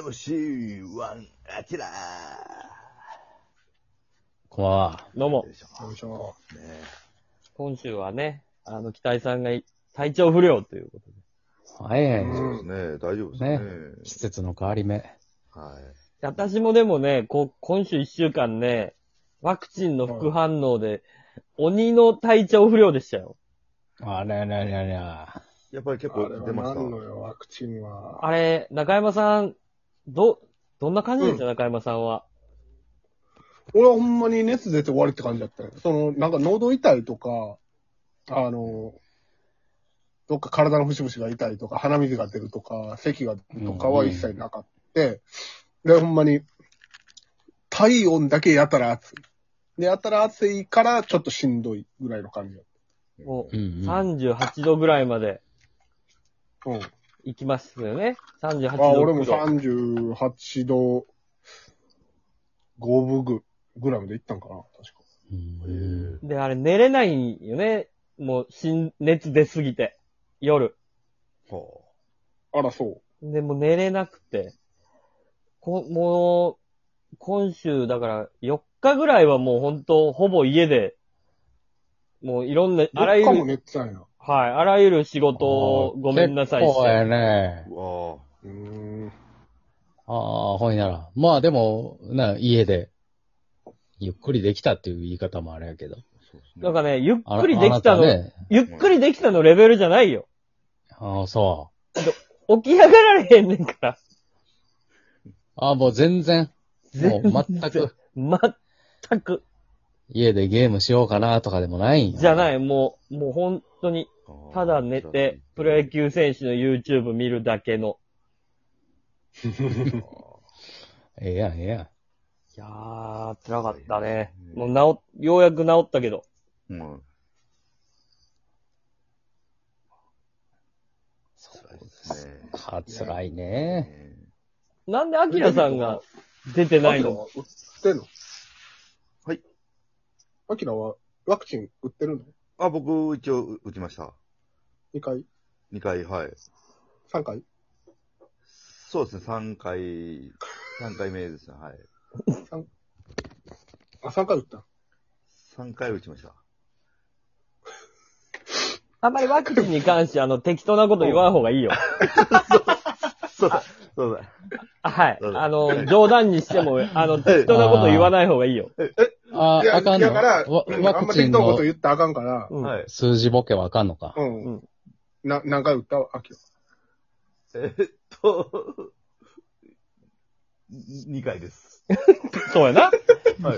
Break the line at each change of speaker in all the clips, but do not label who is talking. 4MC1 アキラ
こんばんは。
どうも
ー。でしょ
よいしょ。
ね
今週はね、あの、北井さんがい体調不良ということで。
はい。
うん
ねえ大丈夫ですね。
ね季節の変わり目。
は
私もでもね、こ今週一週間ね、ワクチンの副反応で、鬼の体調不良でしたよ。
あれあれあれあれあ
い。やっぱり結
あ
構
れは
出ました。
何のよ、ワクチンは。
あれ、中山さん、ど、どんな感じでした、中山さんは。
俺はほんまに熱出て終わりって感じだったよ。その、なんか喉痛いとか、あの、どっか体の節々が痛いとか、鼻水が出るとか、咳がとかは一切なかった。で、ほんまに、体温だけやたら暑い。で、やたら暑いから、ちょっとしんどいぐらいの感じだっ
も
うん
う、
うん。
38度ぐらいまで
た。うん。
行きますよね。38度。
あ、俺も38度5分ぐぐらいまで行ったんかな、確か。
うん
で、あれ、寝れないよね。もう、しん、熱出すぎて。夜。
ほ
あら、そう。
で、もう寝れなくて。こ、もう、今週、だから、4日ぐらいはもう本当、ほぼ家で、もういろんな、あらゆ
どっかも
る、
寝てたんや。
はい、あらゆる仕事を
あー
ごめんなさい
結構や
して。
ね
う。。うわ
うーん。
ああ、ほいなら。まあでも、な、家で、ゆっくりできたっていう言い方もあれやけど。
ぁ。そうですね。
なんかね、ゆっ
あ
くりできた
あな
の、
ね。
ゆっくりできたのレベルじゃないよ。
ああ、そう。
起き上がられへんねんから。
ああ、もう全然。もう全く、
まったく、
家でゲームしようかなとかでもないん。
じゃないい、もう、もう本当に、ただ寝て、プロ野球選手の YouTube 見るだけの。
ええやん、ええや
いやー、辛かったね。
う
も
ん
う治、ようやく治ったけど。
うん。そうですね。
ん。か、辛いね。
なんでアキラさんが出てないの
アキラは打ってんの
はい。
アキラはワクチン打ってるの
あ、僕、一応、打ちました。
?2 回
2回、はい。
?3 回
そうですね、3回、3回目ですね、はい。
あ、3回打った。
3回打ちました。
あんまりワクチンに関して、あの、適当なこと言わん方がいいよ。
そうだ、そうだ。
あはい
そう。だ
あの、冗談にしても、あの、適当なこと言わない方がいいよ。
あ
いや
あ、あかんの。
だから
わ
うんあ
ワ
んま
クチ
適
ン
当なこ
の
と言ったらあかんから、
うん
はい。
数字ボケはあかんのか。
うん。
うん
な、何回打ったアキラ。
えっと、2回です。
そうやな。
はい。
まあ、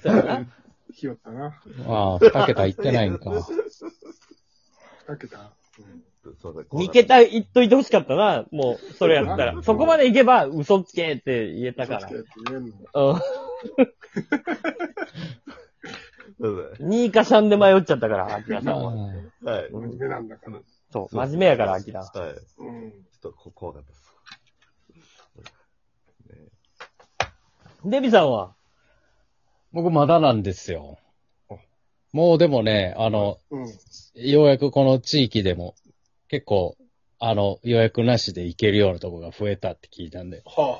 そうやな。
ひよったな。
まあ、二桁いってないんか。
だけだ。
そうだ、
2桁言っといてほしかったな。もう、それやったら。そこまでいけば、嘘つけって言えたか
嘘つけって言えんの
ら。
そう
うん。2か3で迷っちゃったから、アキラさ
ま
んは。
あ
だ。はい。
真面目なんだから。
そう、真面目やから、アキラ
は。。
はい
ちょ
うん。
っとこ怖かったです。
デビさんは
僕まだなんですよ。もうでもね、あの、
うん。
ようやくこの地域でも、結構、あの、予約なしで行けるようなとこが増えたって聞いたんで、
はあはあは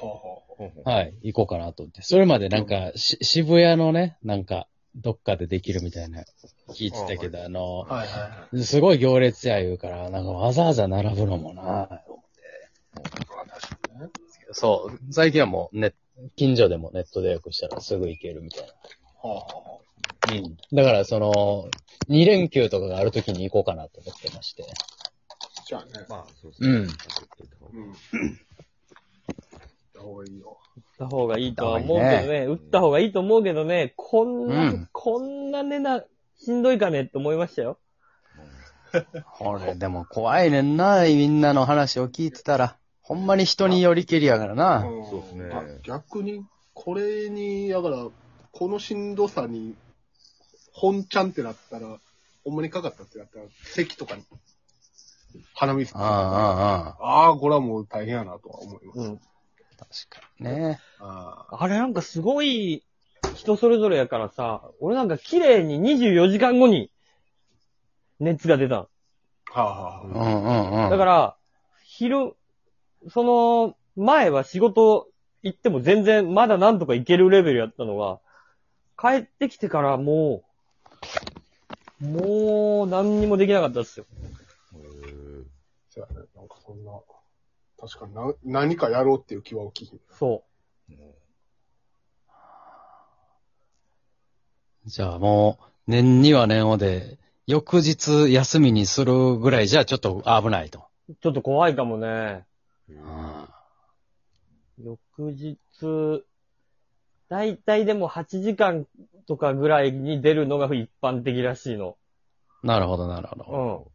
ほんほん
はい、行こうかなと思って。それまでなんか、し渋谷のね、なんか、どっかでできるみたいな、聞いてたけど、あの
あ。、はいはいはい。
すごい行列や言うから、なんかわざわざ並ぶのもな、そう。最近はもう、ね、近所でもネットで予約したらすぐ行けるみたい
はあは
な。うん。だから、その、2連休とかがあるときに行こうかなと思ってまして。
あ。じゃあね。
まあ、そうですね。
うん
うん。どういいよ。
打った方がいいとは思うけどね、打った方がいいと思うけどね、こんな、
うん
こんなねな、しんどいかねって思いましたよ。
これ、でも怖いねんな、みんなの話を聞いてたら。ほんまに人によりけりやからな。
ん
そうですね
あ逆に、これに、だから、このしんどさに、本ちゃんってなったら、ほんまにかかったってなったら、咳とかに、鼻水と
あ
か
あ、ああ、ああ
ああ、これはもう大変やなとは思います。
うん。
確かにね。
あ
あれなんかすごい、人それぞれやからさ、俺なんか綺麗に24時間後に、熱が出たの。
あはあは
うんうんうん。
だから、昼、その、前は仕事行っても全然まだなんとか行けるレベルやったのが、帰ってきてからもう、もう何にもできなかったですよ。
そうやね。なんかそんな、確かにな何かやろうっていう気は大きい。
そ
じゃあもう、年には年をで、翌日休みにするぐらいじゃちょっと危ないと。
う。ちょっと怖いかもね。
うん
翌日、だいたいでも8時間とかぐらいに出るのが一般的らしいの。
なるほど、なるほど。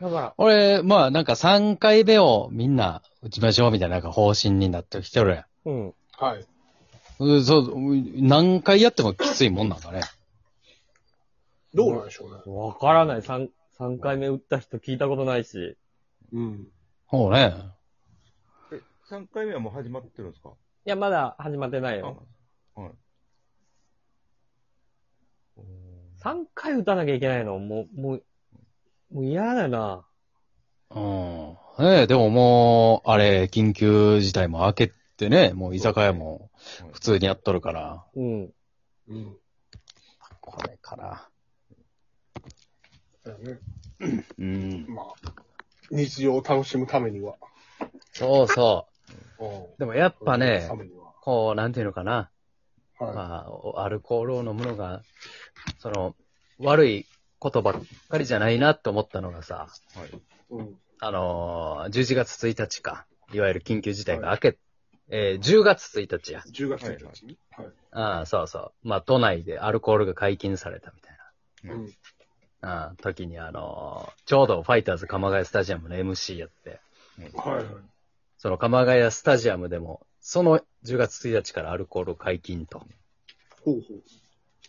うん。だから、
俺、まあなんか3回目をみんな打ちましょうみたいななんか方針になってきてるやん。
うん。
はい。
うんそう、何回やってもきついもんなんかね。
どうなんでしょうね。
わからない。3、三回目打った人聞いたことないし。
うん。
ほうね。
え、3回目はもう始まってるんですか
いや、まだ始まってない
あ
よ。
はい。おー
3回打たなきゃいけないのもう、もう、もう嫌だな。
うん。ねえ、でももう、あれ、緊急事態も明けてね、もう居酒屋も
はい
普通にやっとるから。
うん。
うん。
これから。
だよね。
うん。
まあ、日常を楽しむためには。
そうそう。
うん
でもやっぱね
た、めには
こう、なんていうのかな。
はい。
まあ、おアルコールを飲むのが、その、悪いことばっかりじゃないなって思ったのがさ、
はい。
うん。
あのー、11月1日か。いわゆる緊急事態が明け、えー10月1日や。
10月1日に。はい。
ああ、そうそう。まあ、都内でアルコールが解禁されたみたい
はい
うん。
な。ああ、時にあのーちょうどファイターズ鎌ヶ谷スタジアムの MC やって、
はいはい。
その鎌ヶ谷スタジアムでも、その10月1日からアルコール解禁と
ほうほう。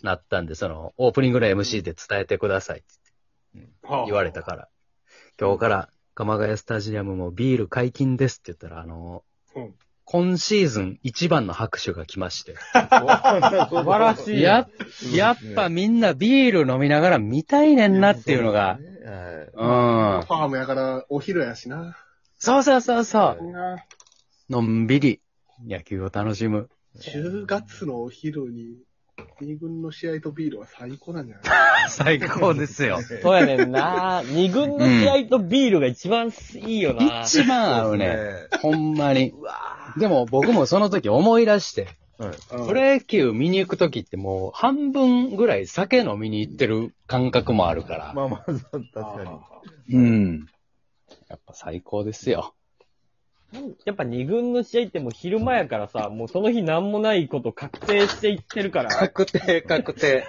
なったんで、その、オープニングの MC で伝えてくださいって
はあ
言われた。から、今日から鎌ヶ谷スタジアムもビール解禁ですって言ったら、あのー
うん
今シーズン一番の拍手が来まして。
素晴らしい。
や、やっぱみんなビール飲みながら見たいねんなっていうの
はい。
が。うん
フ。ァームやから、お昼やしな。
そうそうそうそ
うん
な
う。のんびり野球を楽しむ。
10月のお昼に、2軍の試合とビールは最高なんじゃない
最高です よ。
そうやねんな。二軍の試合とビールが一番いいよな。
一番合
そううで
ね。
す
ほんまに。でも僕もその時思い出して、プロ野球見に行く時ってもう半分ぐらい酒飲みに行ってる感覚もあるから。
まあまあ、そう確
あ
かに。
うん。やっぱ最高ですよ。
やっぱ二軍の試合ってもう昼間やからさ、もうその日なんもないこと確定していってるから、
確定確定。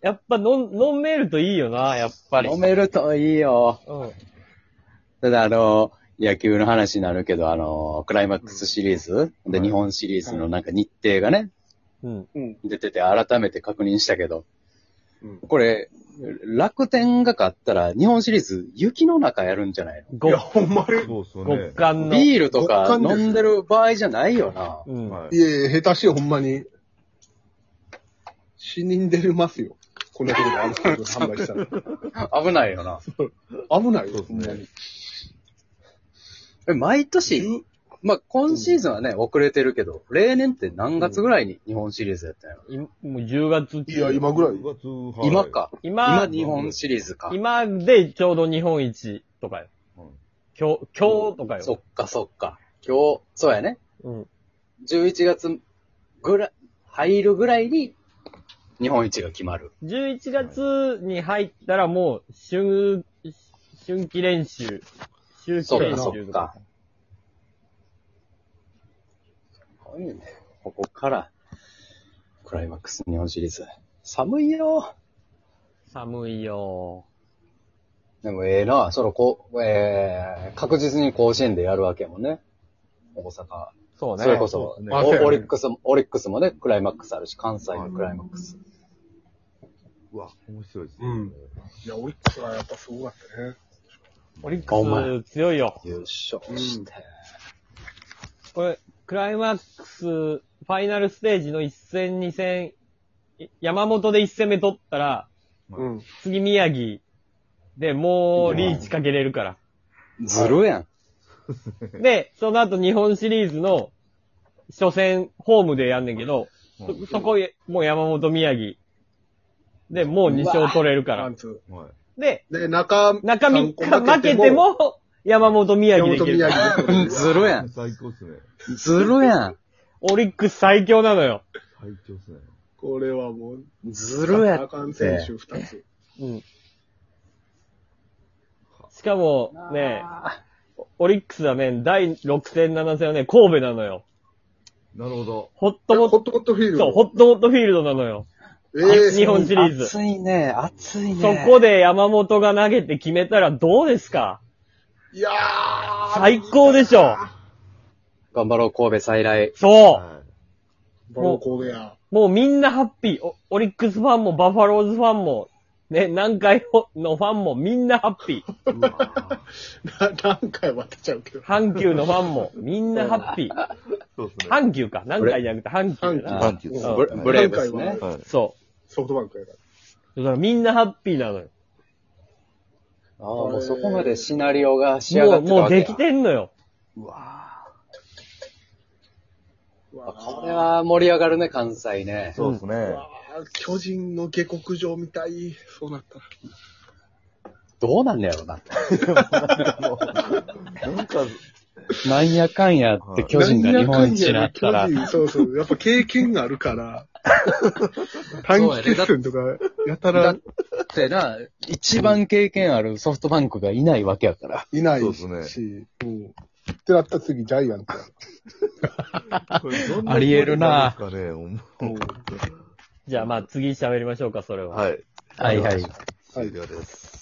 やっぱ飲ん飲めるといいよな、やっぱり。
飲めるといいよ。
うん。
ただ、あの、野球の話になるけど、あの、クライマックスシリーズ、で、
はい
日本シリーズのなんか日程がね、
うん。
うん。
出てて改めて確認したけど、
うん。
これ、楽天が勝ったら日本シリーズ雪の中やるんじゃない
い
ご
や、ほんまに。
そうっすよね
極。寒
の
の。
ビールとか
極寒ですよ
飲んでる場合じゃないよな。
うん。
はい。
いえいえ、下手しいほんまに。死人出るますよ。こんなとこでアルコール販売した ら。
危ないよな。
危ない
そう
よ、
っす
ほんまに
ね。
え毎年、まあ、今シーズンはね、遅れてるけど、例年って何月ぐらいに日本シリーズやったんやろ
いもう10月
いや、今ぐらい。
6月はい
今。か。今
今、
日本シリーズか。
今でちょうど日本一とかよ。
はい
今日、今日とかよ。
そっかそっか。今日、そうやね。
うん。
11月ぐらい、入るぐらいに日本一が決まる。
11月に入ったらもう、春、春季練習、秋季
そっ
練
かそ
習
っ
と
か
か。。
ここから、クライマックス日本シリーズ。寒いよ。
寒いよ
でもええな、そのこう、えー、確実に甲子園でやるわけやもんね。大阪。
そうね。
それこそ、
そうですね
そうやね
おオリックスも、オリックスもね、クライマックスあるし、関西のクライマックス。
うわ、面白いですね。
うんいや、オリックスはやっぱすごかったね。
オリッ
お前
クス強いよ。
優勝して。
これ、クライマックス、ファイナルステージの1戦、2戦、い山本で1戦目取ったら、
うん。
次宮城でもうリーチかけれるから。
ずるやん。
で、その後日本シリーズの初戦、ホームでやんねんけど、そ、そこへ、もう山本宮城。で、もう2勝取れるか
ワ
ら
ン。ツ
はい。
で、
ーで、中、
中3日
三個
負けて、も、山本宮
山
城できる
本宮城で
ずるやん。
最高っすね。
ずるやん。
オリックス最強なのよ。
最強っすね。
これはもう、
ずるや
あ
っ
かん選
て
手。二つ。
うん。しかも、ね、オリックスはね、第6戦、7戦はね、神戸なのよ。
なるほど。
ホッ
ホ
トモット、
ットホットフィールド。
そう、ホットモットフィールドなのよ。
ええ
日本シリーズ
熱いね、熱いね。
そこで山本が投げて決めたらどうですか
いやー。
最高でしょ
頑張ろう、神戸再来。
そう
は
バロコーベア。
もうみんなハッピー。おオリックスファンもバファローズファンも、ね、南海のファンもみんなハッピー。
い。うわぁ
な何回渡っちゃうけど。
阪急のファンもみんなハッピー。
そうっすね。
阪急か。南海じゃなくて阪急だ
阪
な。
急
う
です
ん
ブ
レブレーブスね
今回は
はい。
そ
ソフトバンクやから。
う。だからみんなハッピーなのよ。
ああ、もうそこまでシナリオが仕上がっ
もう、
てた
もう
わけ
で
や
きてんのよ。
うわ
う
あ
わー
これは盛り上がるね、関西ね。
そうっす
う
ね。
わー巨人の下克上みたい。そうなったら。
どうなんねやろ な。
なんか、
なんやかんやって巨人が日本一になったら
なん。やかんやね巨人そうそう。やっぱ経験があるから。短期決戦とか、やた
だ
ら
ってな、一番経験あるソフトバンクがいないわけやから。
いな
そう
い
っ
し。
すね
うん。ってなったら次ジャイアントや。
これどんな
ありえるな
ことですかねほんま
うん
じゃあまあ次喋りましょうか、それは。
はい。
はいはい。
終了です。